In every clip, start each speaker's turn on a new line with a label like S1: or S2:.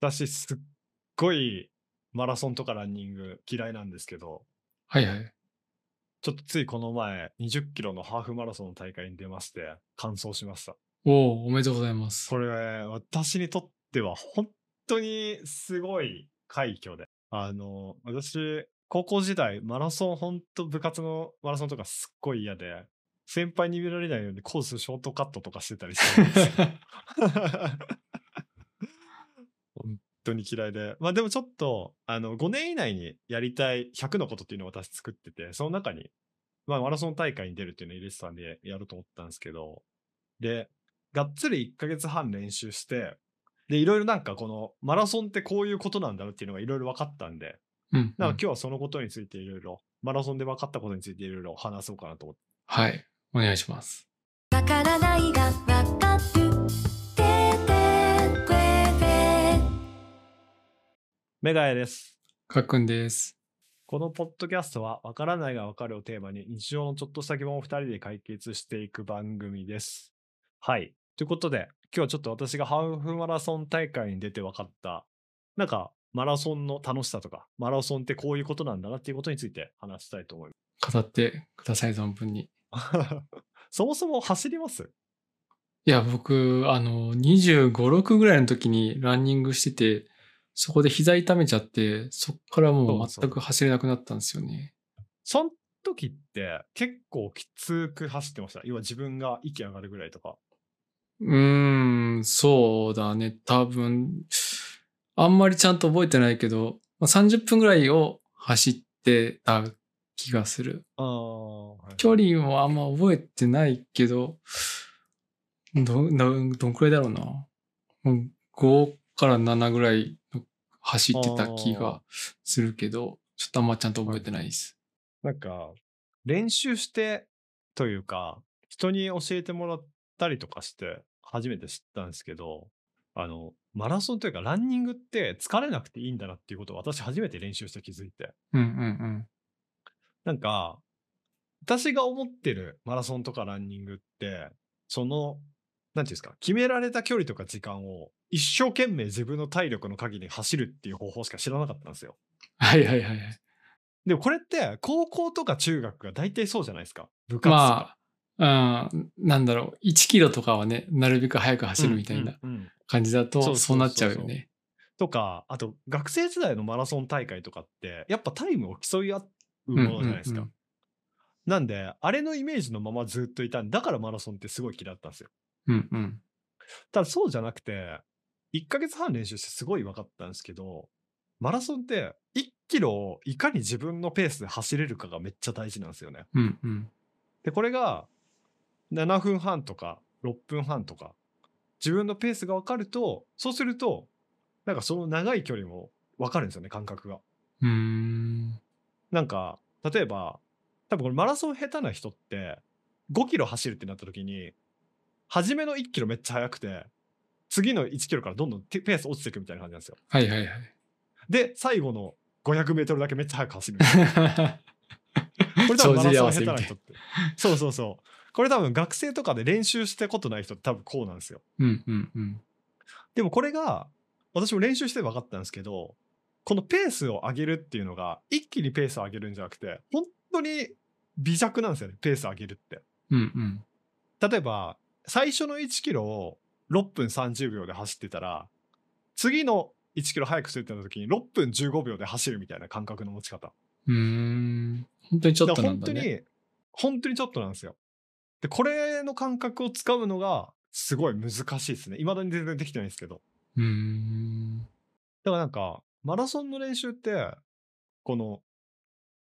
S1: 私すっごいマラソンとかランニング嫌いなんですけど、
S2: はいはい。
S1: ちょっとついこの前、20キロのハーフマラソンの大会に出まして、完走しました。
S2: おお、おめでとうございます。
S1: これ、私にとっては本当にすごい快挙で。あの、私、高校時代、マラソン、本当部活のマラソンとかすっごい嫌で、先輩に見られないようにコースショートカットとかしてたりしてたんですよ。 本当に嫌いで。まあでもちょっと、あの、5年以内にやりたい100のことっていうのを私作ってて、その中に、まあマラソン大会に出るっていうのを入れてたんでやると思ったんですけど、で、がっつり1ヶ月半練習して、で、いろいろなんかこのマラソンってこういうことなんだろうっていうのがいろいろ分かったんで、
S2: うん、う
S1: なんか今
S2: ん。
S1: 日はそのことについていろいろ、マラソンで分かったことについていろいろ話そうかなと思って。
S2: はい。お願いします。
S3: わからないがわかる。ててくれて
S1: メガヤです。
S2: かっくんです。
S1: このポッドキャストは、わからないがわかるをテーマに、日常のちょっとした疑問を2人で解決していく番組です。はい。ということで、今日はちょっと私がハーフマラソン大会に出て分かった、なんか、マラソンの楽しさとか、マラソンってこういうことなんだなっていうことについて話したいと思いま
S2: 語ってください、存分に。
S1: す。 そもそも走ります
S2: いや、僕、あの、25、6ぐらいの時にランニングしてて、そこで膝痛めちゃって、そっからも
S1: そう
S2: う
S1: そ
S2: 全
S1: う。
S2: く走れなくなったんですよね。
S1: その時って結構きつく走ってました。要は自分が息上がるぐらいとか。
S2: うーん、そうだね。多分、あんまりちゃんと覚えてないけど、まあ、30分ぐらいを走ってた気がする。
S1: ああ、はいは
S2: 距
S1: い。
S2: 離もあんま覚えてないけど、ど、ど、どんくらいだろうな。うん5から7ぐらい走
S1: あ
S2: ってた気
S1: あ、は
S2: がするけど、ちょっとあんまちゃんと覚え
S1: い。
S2: てないです。
S1: なんか、練習してというか、人に教えてもらったりとかして、初めて知ったんですけど、あの、マラソンというか、ランニングって疲れなくていいんだなっていうことを私初めて練習して気づいて。
S2: うんうん
S1: なんか、私が思ってるマラソンとかランニングって、その、なんていうんですか、決められた距離とか時間を一生懸命自分の体力の限り走るっていう方法しか知らなかったんですよ。
S2: はいはいはいはい。
S1: でもこれって高校とか中学が大体そうじゃないですか。部活とか。
S2: まあ、うん、なんだろう、1キロとかはね、なるべく早く
S1: う
S2: 走るみ
S1: ん
S2: た
S1: う
S2: い
S1: ん
S2: な
S1: うん。
S2: 感じだ
S1: そ
S2: と、
S1: う
S2: そう
S1: そう
S2: なっ
S1: そ
S2: ちゃ
S1: う
S2: うよ
S1: そう。
S2: ね。
S1: とか、あと学生時代のマラソン大会とかって、やっぱタイムを競い合う
S2: うん
S1: ものじゃないで
S2: う
S1: す
S2: んう
S1: か。
S2: ん。
S1: なんで、あれのイメージのままずっといたんだからマラソンってすごい嫌いだったんですよ。
S2: うんうん。
S1: ただそうじゃなくて、1ヶ月半練習してすごい分かったんですけど、マラソンって1キロをいかに自分のペースで走れるかがめっちゃ大事なんですよね。
S2: うんうん。
S1: で、これが7分半とか6分半とか、自分のペースが分かると、そうすると、なんかその長い距離も分かるんですよね、感覚が。
S2: うーん。
S1: なんか、例えば、多分これマラソン下手な人って、5キロ走るってなった時に、初めの1キロめっちゃ速くて、次の1キロからどんどんてペース落ちていくみたいな感じなんですよ。
S2: はい はいはい。
S1: で、最後の500メートルだけめっちゃ速く走る みたいな。これ多分マ
S2: 帳
S1: ラ
S2: 尻合
S1: ソン下
S2: わせ
S1: 手
S2: み
S1: な
S2: たい
S1: 人って。そうそうそう。これ多分学生とかで練習したことない人って多分こうなんですよ。
S2: な。うんうんうん。
S1: でもこれが、私も練習して分かったんですけど、このペースを上げるっていうのが、一気にペースを上げるんじゃなくて、本当に微弱なんですよね、ペースを上げるって。
S2: うんうん。
S1: 例えば、最初の1キロを6分30秒で走ってたら、次の1キロ速くするってなった時に6分15秒で走るみたいな感覚の持ち方。
S2: うーん。本当にちょっ
S1: だか
S2: と
S1: ら
S2: な
S1: 本
S2: んだ
S1: 当
S2: ね。
S1: に、本当にちょっとなんですよ。で、これの感覚をつかむのが、すごい難しいですね。未だに全然できてないんですけど。
S2: うーん。
S1: だからなんか、マラソンの練習って、この、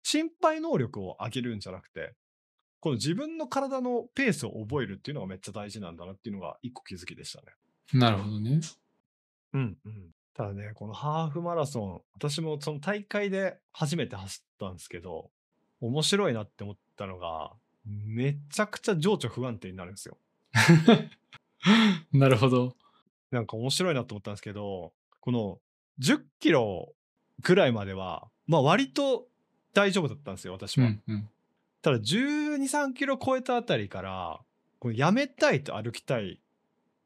S1: 心配能力を上げるんじゃなくて、この自分の体のペースを覚えるっていうのがめっちゃ大事なんだなっていうのが一個気づきでしたね。
S2: なるほ どね。
S1: うんうん。ただね、このハーフマラソン、私もその大会で初めて走ったんですけど、面白いなって思ったのが、めちゃくちゃ情緒不安定になるんですよ。
S2: なるほど。
S1: なんか面白いなと思ったんですけど、この10キロぐらいまでは、まあ割と大丈夫だったんですよ、私
S2: う
S1: は。
S2: んうん。
S1: ただ12、3キロ超えたあたりから、このやめたいと歩きたい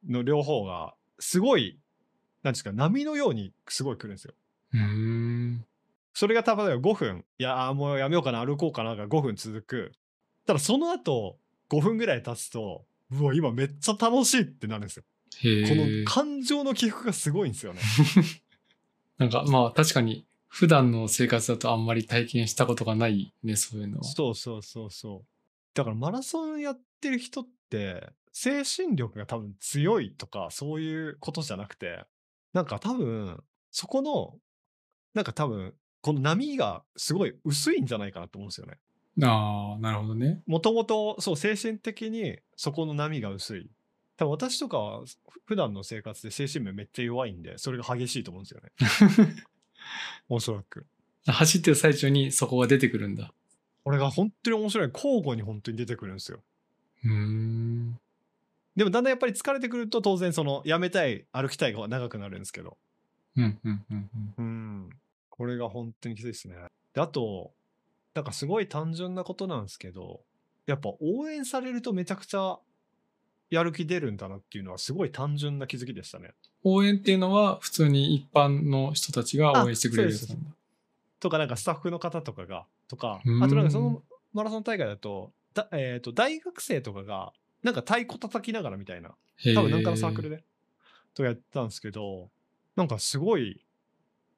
S1: の両方が、すごいなんですか、波のようにすごい来るんですよ。
S2: うーん。
S1: それが例えば5分、いやー、もうやめようかな、歩こうかなが5分続く。ただその後、5分ぐらい経つと、うわ、今めっちゃ楽しいってなるんですよ。
S2: へえ。
S1: この感情の起伏がすごいんです よね。
S2: なんかまあ確かに普段の生活だとあんまり体験したことがないね、そういうのは。
S1: そうそうそうそう。だからマラソンやってる人って、精神力が多分強いとか、そういうことじゃなくて、なんか多分、そこの、なんか多分、この波がすごい薄いんじゃないかなと思うんですよね。
S2: ああ、なるほどね。
S1: もともと、そう、精神的にそこの波が薄い。多分私とかは、ふ普段の生活で精神面めっちゃ弱いんで、それが激しいと思うんですよね。おそらく。
S2: 走ってる最中にそこが出てくるんだ。
S1: これが本当に面白い。交互に本当に出てくるんですよ。
S2: うーん。
S1: でもだんだんやっぱり疲れてくると当然そのやめたい歩きたいが長くなるんですけど
S2: うん、うん、うん、うん。
S1: うんこれが本当にきついですねであとなんかすごい単純なことなんですけどやっぱ応援されるとめちゃくちゃやる気出るんだなっていうのはすごい単純な気づきでしたね
S2: 応援っていうのは普通に一般の人たちが応援してくれるやつなんだ。
S1: とかなんかスタッフの方とかがとか
S2: うん
S1: あとなんかそのマラソン大会だとだ、えー、と大学生とかがなんか太鼓叩きながらみたいな
S2: へ
S1: 多分なんかのサークル
S2: で。
S1: で、とやったんですけど、なんかすごい、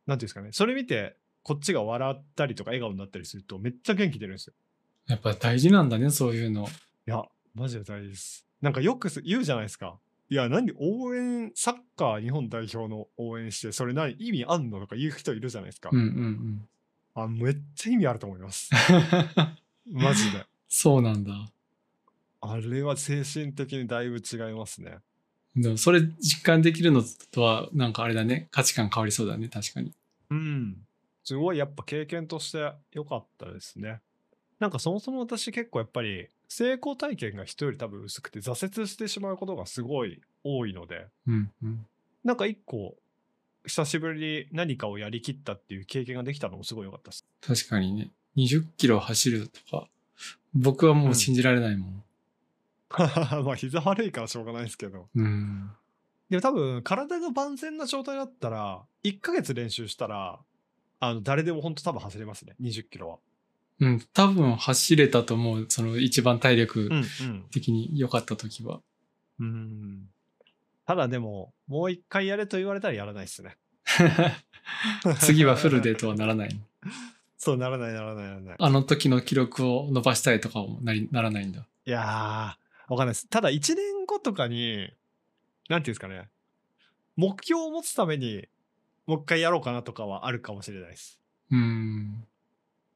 S1: なんていうんですかね、それ見て、こっちが笑ったりとか笑顔になったりすると、めっちゃ元気出るんですよ。
S2: やっぱ大事なんだね、そういう
S1: い
S2: の。
S1: や、マジで大事です。なんかよくす言うじゃないですか。いや、何、応援、サッカー日本代表の応援して、それ何、意味あんのとか言う人いるじゃないですか。
S2: うん、うん、 うん。
S1: あ、めっちゃ意味あると思います。マジで。
S2: そうなんだ。
S1: あれは精神的にだいぶ違いますね。
S2: でもそれ実感できるのとはなんかあれだね価値観変わりそうだね確かに
S1: うん。すごいやっぱ経験として良かったですね。なんかそもそも私結構やっぱり成功体験が人より多分薄くて挫折してしまうことがすごい多いので、
S2: うんうん
S1: なんか一個久しぶりに何かをやりきったっていう経験ができたのもすごい良かったです。
S2: 確かにね20キロ走るとか僕はもう信じられないもん
S1: まあ膝悪いからしょうがないですけど。
S2: うん、
S1: でも多分体が万全な状態だったら、1ヶ月練習したら、あの誰でも本当多分走れますね、20キロは。
S2: うん多分走れたと思うその一番体力
S1: んうん。
S2: 的に良かった時 は、
S1: うん。ただでも、もう一回やれと言われたらやらないですね。
S2: 次はフルでとはならない
S1: そう、ならない、ならない、ならない。
S2: あの時の記録を伸ばしたいとかもなりならないんだ
S1: いやー、わかんないです。ただ1年後とかに、なんていうんですかね、目標を持つために、もう一回やろうかなとかはあるかもしれないです。
S2: うん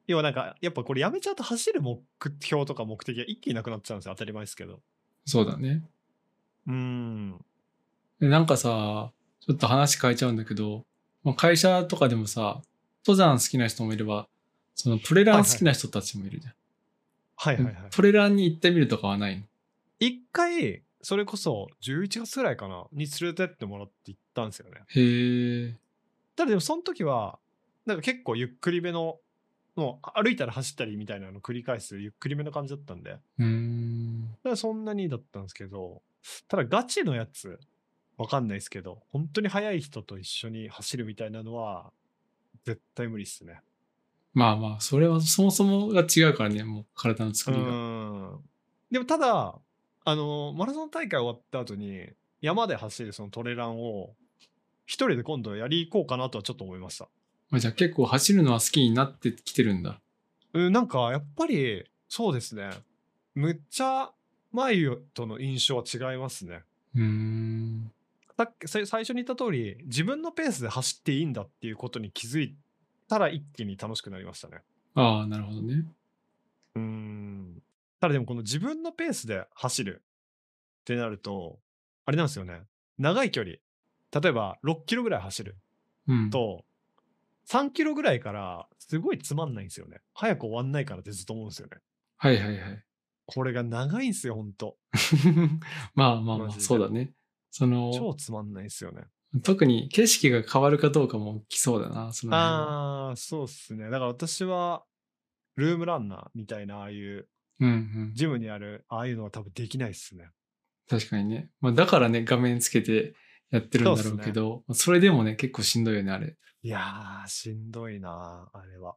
S1: 要はなんか、やっぱこれやめちゃうと走る目標とか目的が一気になくなっちゃうんですよ。当たり前ですけど。
S2: そうだね
S1: うん。
S2: でなんかさ、ちょっと話変えちゃうんだけど、まあ、会社とかでもさ、登山好きな人もいれば、そのトレラン好きな人たちもいるじゃん。
S1: はいはいはい。
S2: トレランに行ってみるとかはないの
S1: 一回、それこそ11月ぐらいかな、に連れてってもらって行ったんですよね。
S2: へえ。
S1: ただでもその時はなんか結構ゆっくりめのもう歩いたら走ったりみたいなのを繰り返すゆっくりめの感じだったんでだか
S2: うーん。
S1: らそんなにだったんですけどただガチのやつわかんないですけど本当に速い人と一緒に走るみたいなのは絶対無理っすね
S2: まあまあ、それはそもそもが違うからね、もう体の
S1: う
S2: 作りが。
S1: んでもただあのマラソン大会終わった後に山で走るそのトレランを一人で今度やり行こうかなとはちょっと思いました
S2: まあ、じゃあ結構走るのは好きになってきてるんだ。
S1: うん、なんかやっぱりそうですね。むっちゃ前との印象は違いますね。
S2: うーん。
S1: さっきさ最初に言った通り自分のペースで走っていいんだっていうことに気づいたら一気に楽しくなりましたね。
S2: ああ、なるほどね。
S1: うん。ただでもこの自分のペースで走るってなるとあれなんですよね。長い距離例えば6キロぐらい走る
S2: うん。
S1: と3キロぐらいからすごいつまんないんですよね。早く終わんないからってずっと思うんですよね。
S2: はいはいはい。
S1: これが長いんですよ、ほんと。
S2: まあまあま
S1: マ
S2: あ、
S1: ジで
S2: そうだね。その、
S1: 超つまんないですよね。
S2: 特に景色が変わるかどうかも来そうだな、その辺は
S1: ああ、そうっすね。だから私は、ルームランナーみたいな、ああいう、
S2: うんうん。
S1: ジムにある、ああいうのは多分できないっすね。
S2: 確かにね。まあ、だからね、画面つけてやってるんだろうけど、それでもね、結構しんどいよね、あれ。
S1: いやー、しんどいなあ、あれは。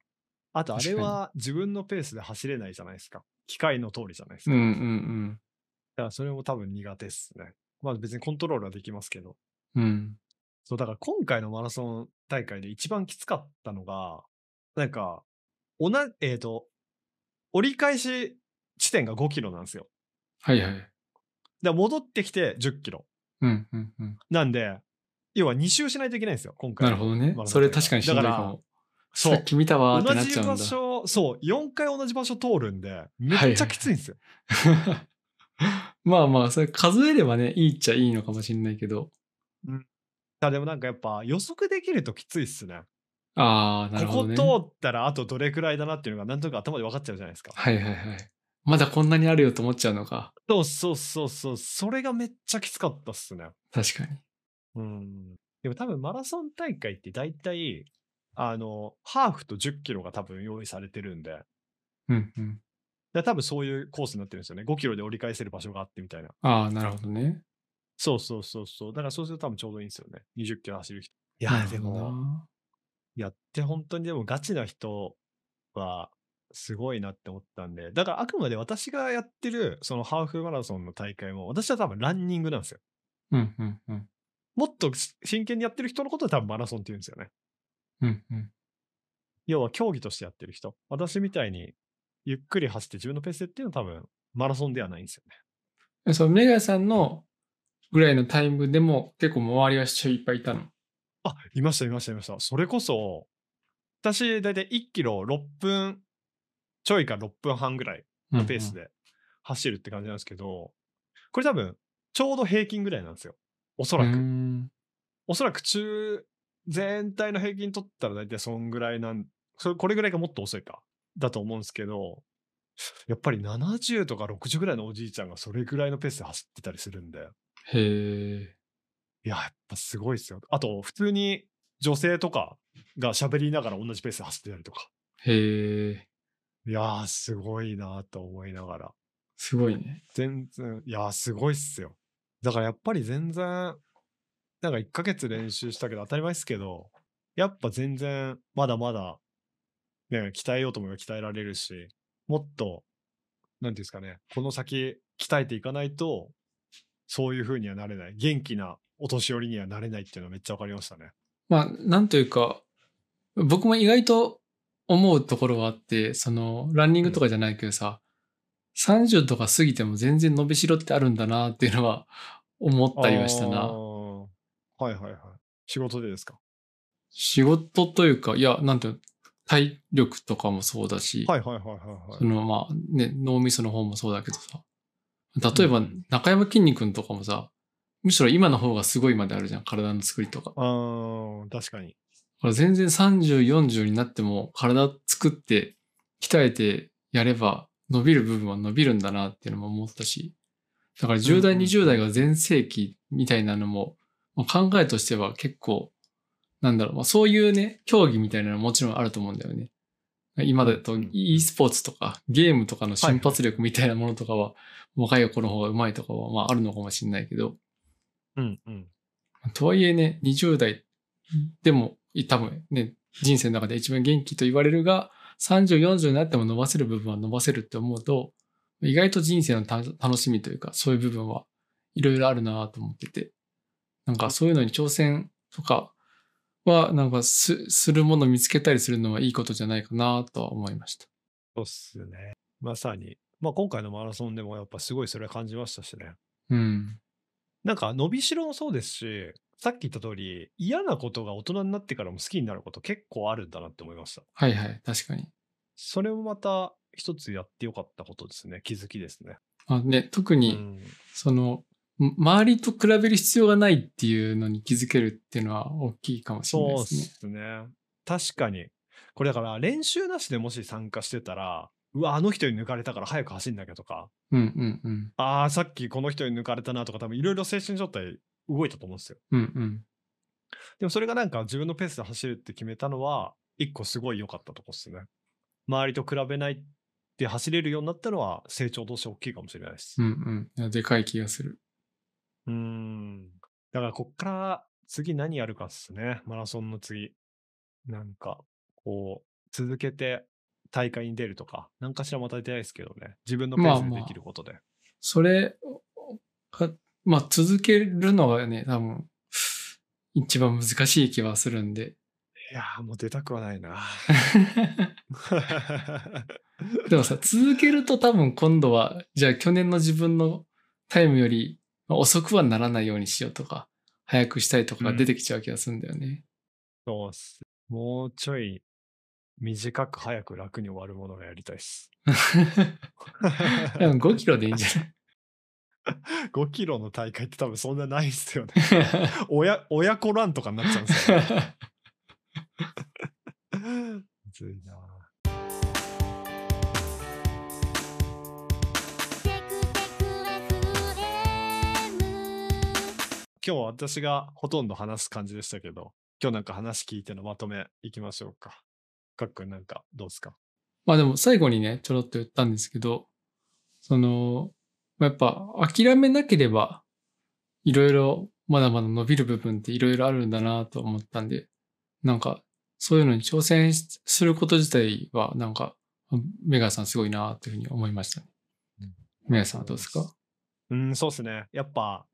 S1: あと、あれ
S2: 確かに
S1: は自分のペースで走れないじゃないですか。機械の通りじゃないです
S2: う
S1: か。
S2: んうん
S1: だから、それも多分苦手っすね。まあ別にコントロールはできますけど。
S2: うん。うん。
S1: そう、だから今回のマラソン大会で一番きつかったのが、なんか、同じ、えっ、と、折り返し地点が5キロなんですよ。
S2: はいはい。
S1: で、戻ってきて10キロ。
S2: うんうんうん。
S1: なんで、要は2周しないといけないんですよ、今回
S2: な
S1: の。
S2: るほどね
S1: ま。あ
S2: それ確かにしんどいか
S1: だから
S2: も。
S1: そう
S2: さっき見たわーって
S1: 同
S2: なっ
S1: じ
S2: ちゃうん
S1: 場
S2: だ。
S1: 所、そう、4回同じ場所通るんで、めっちゃきついんですよ。
S2: まあまあ、それ数えればね、いいっちゃいいのかもしれないけど。
S1: あでもなんかやっぱ予測できるときついっすね。
S2: ああ、なるほ
S1: こ
S2: ど、
S1: こ
S2: ね。
S1: 通ったらあとどれくらいだなっていうのがなんとなく頭で分かっちゃうじゃないですか。
S2: はいはいはい。まだこんなにあるよと思っちゃうのか。
S1: そうそうそうそう、それがめっちゃきつかったっすね。
S2: 確かに。
S1: うん。でも多分マラソン大会って大体、あの、ハーフと10キロが多分用意されてるんで、
S2: うんうん。
S1: で多分そういうコースになってるんですよね。5キロで折り返せる場所があってみたいな。
S2: ああ、なるほどね。
S1: そうそうそうそう。だからそうすると多分ちょうどいいんですよね。20キロ走る人。い
S2: な
S1: や、
S2: る
S1: で
S2: ほど
S1: も、
S2: な。
S1: やって本当にでもガチな人はすごいなって思ったんで、だからあくまで私がやってるそのハーフマラソンの大会も、私は多分ランニングなんですよ。
S2: うんうんうん。
S1: もっと真剣にやってる人のことで多分マラソンって言うんですよね。
S2: うんうん。
S1: 要は競技としてやってる人。私みたいにゆっくり走って自分のペースでっていうのは多分マラソンではないんですよね。
S2: えそのメガヤさんのぐらいのタイムでも結構周りは人いっぱいいたの。
S1: あ、いましたいましたいました。それこそ、私だいたい1キロ6分ちょいか6分半ぐらいのペース
S2: で。
S1: で走るって感じなんですけど、これ多分ちょうど平均ぐらいなんですよ。おそら
S2: う
S1: く。
S2: ん。
S1: おそらく中、全体の平均取ったら大体そんぐらいなん、それこれぐらいがもっと遅いか、だと思うんですけど、やっぱり70とか60ぐらいのおじいちゃんがそれぐらいのペースで走ってたりするんで、
S2: へえ。
S1: いや、やっぱすごいですよ。あと、普通に女性とかが喋りながら同じペースで走ってたりとか、
S2: へえ。
S1: いやー、すごいなと思いながら。
S2: すごいね。
S1: 全然、いやー、すごいっすよ。だからやっぱり全然、なんか1ヶ月練習したけど当たり前っすけど、やっぱ全然まだまだ、ね、鍛えようと思えば鍛えられるし、もっと、なんていうんですかね、この先鍛えていかないと、そういう風にはなれない。元気なお年寄りにはなれないっていうのはめっちゃわかりましたね。
S2: まあ、なんというか、僕も意外と思うところはあって、その、ランニングとかじゃないけどさ、30とか過ぎても全然伸びしろってあるんだなっていうのは思ったりはした
S1: あ
S2: な。
S1: ーはいはいはい。仕事でですか
S2: 仕事というか、いや、なんていうの体力とかもそうだし、
S1: はいはいはいはい
S2: そ
S1: はい。
S2: のまあね、脳みその方もそうだけどさ、例え
S1: う
S2: ば
S1: ん
S2: 中山きんに君とかもさ、むしろ今の方がすごいまであるじゃん、体の作りとか。だか
S1: あー確かに。
S2: ら全然30、40になっても体作って、鍛えてやれば伸びる部分は伸びるんだなっていうのも思ったし、だから10代、
S1: うんうん
S2: 20代が全盛期みたいなのも、まあ考えとしては結構、なんだろう、まあ、そういうね、競技みたいなのはもちろんあると思うんだよね。今だと
S1: うんうん
S2: e スポーツとかゲームとかの瞬発力みたいなものとかは若い子の方が上手いとかはまああるのかもしれないけど、
S1: うんうん。
S2: とはいえね、20代でも多分ね、人生の中で一番元気と言われるが、30、40になっても伸ばせる部分は伸ばせるって思うと、意外と人生のた楽しみというか、そういう部分はいろいろあるなと思ってて、なんかそういうのに挑戦とかは、なんかすするものを見つけたりするのはいいことじゃないかなとは思いました。
S1: そうっすね。まさに。まあ今回のマラソンでもやっぱすごいそれは感じましたしね。
S2: うん。
S1: なんか伸びしろもそうですし、さっき言った通り嫌なことが大人になってからも好きになること結構あるんだなって思いました。
S2: はいはい、確かに。
S1: それもまた一つやってよかったことですね。気づきですね。
S2: まあね、特
S1: う
S2: に、
S1: ん、
S2: その、ん周りと比べる必要がないっていうのに気づけるっていうのは大きいかもしれない
S1: そうっ
S2: ですね。
S1: すね。確かに。これだから練習なしでもし参加してたら、うわ、あの人に抜かれたから早く走んなきゃとか、
S2: うんうんうん。
S1: ああ、さっきこの人に抜かれたなとか、多分いろいろ精神状態動いたと思うんですよ。
S2: うんうん。
S1: でもそれがなんか自分のペースで走るって決めたのは、一個すごい良かったとこっすね。周りと比べないで走れるようになったのは成長として大きいかもしれないです
S2: う。んうんいや。でかい気がする。
S1: うーん。だからこっから次何やるかっすね。マラソンの次。なんか、こう、続けて大会に出るとか、何かしらまた出たいですけどね。自分のペース
S2: まあま
S1: で
S2: あ
S1: できることで。
S2: それが、まあ、続けるのがね、多分、一番難しい気はするんで。
S1: いやー、もう出たくはないな。
S2: でもさ、続けると多分今度は、じゃあ去年の自分のタイムよりまあ遅くはならないようにしようとか、早くしたいとかが出てきちゃう気がするんだよ ね。
S1: そうっす。もうちょい短く早く楽に終わるものがやりたいっす。
S2: で も5キロでいいんじゃない
S1: 5キロの大会って多分そんなないっすよね。親親子ランとかになっちゃうんですよ、 ね。むずいな今
S3: テクテク FM
S1: 日は私がほとんど話す感じでしたけど、今日なんか話聞いてのまとめいきましょうか。かっくんなんかどうですか
S2: まあでも最後にね、ちょろっと言ったんですけど、その、まあやっぱ諦めなければ、いろいろまだまだ伸びる部分っていろいろあるんだなと思ったんで、なんかそういうのに挑戦しすること自体はなんか、メガさんすごいなというふうに思いましたね
S1: うん。
S2: メガさんはどうで すか
S1: うん、そうですね。やっぱ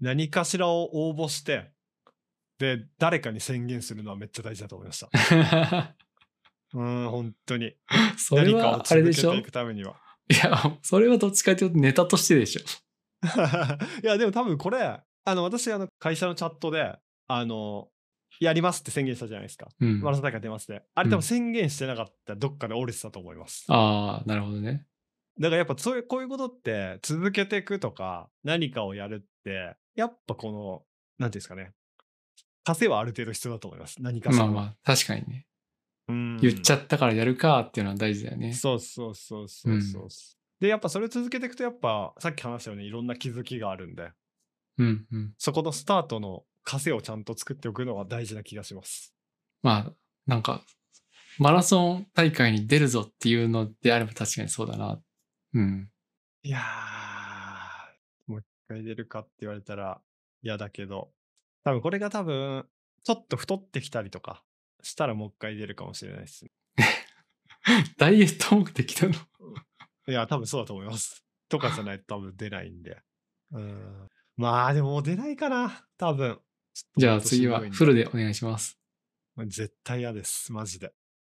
S1: 何かしらを応募して、で、誰かに宣言するのはめっちゃ大事だと思いました。うん、本当に。
S2: そ
S1: 何
S2: れ
S1: かを
S2: はあれ
S1: 続
S2: で
S1: け
S2: しょ
S1: て
S2: い
S1: いくためには。
S2: や、それはどっちかというとネタとしてでしょ。
S1: いや、でも多分これ、あの、私、あの、会社のチャットで、あの、やりますって宣言したじゃないですか。
S2: うん。
S1: マラソン大会出ますね。あれ多
S2: うん
S1: 分宣言してなかったらどっかで折れてたと思います。
S2: ああ、なるほどね。
S1: だからやっぱそういう、こういうことって続けていくとか、何かをやるって、やっぱこの、なんていうんですかね。稼はある程度必要だと思います。何かし
S2: ま
S1: ら
S2: あ
S1: の。
S2: まあ、確かにね。
S1: うん
S2: 言っちゃったからやるかっていうのは大事だよね。
S1: そうそうそうそうそう。で、やっぱそれを続けていくと、やっぱさっき話したようにいろんな気づきがあるんで、
S2: うんうん。
S1: そこのスタートの稼をちゃんと作っておくのは大事な気がします。
S2: まあ、なんか、マラソン大会に出るぞっていうのであれば確かにそうだな。うん。
S1: いやー、もう一回出るかって言われたら嫌だけど、多分これが多分、ちょっと太ってきたりとかしたらもう一回出るかもしれないですね。
S2: ダイエット目的なの。
S1: いや、多分そうだと思います。 とかじゃないと多分出ないんで。うん。まあでももう出ないかな、多分。
S2: じゃあ次はフ
S1: ル。
S2: ルでお願いします。
S1: 絶対嫌です、マジで。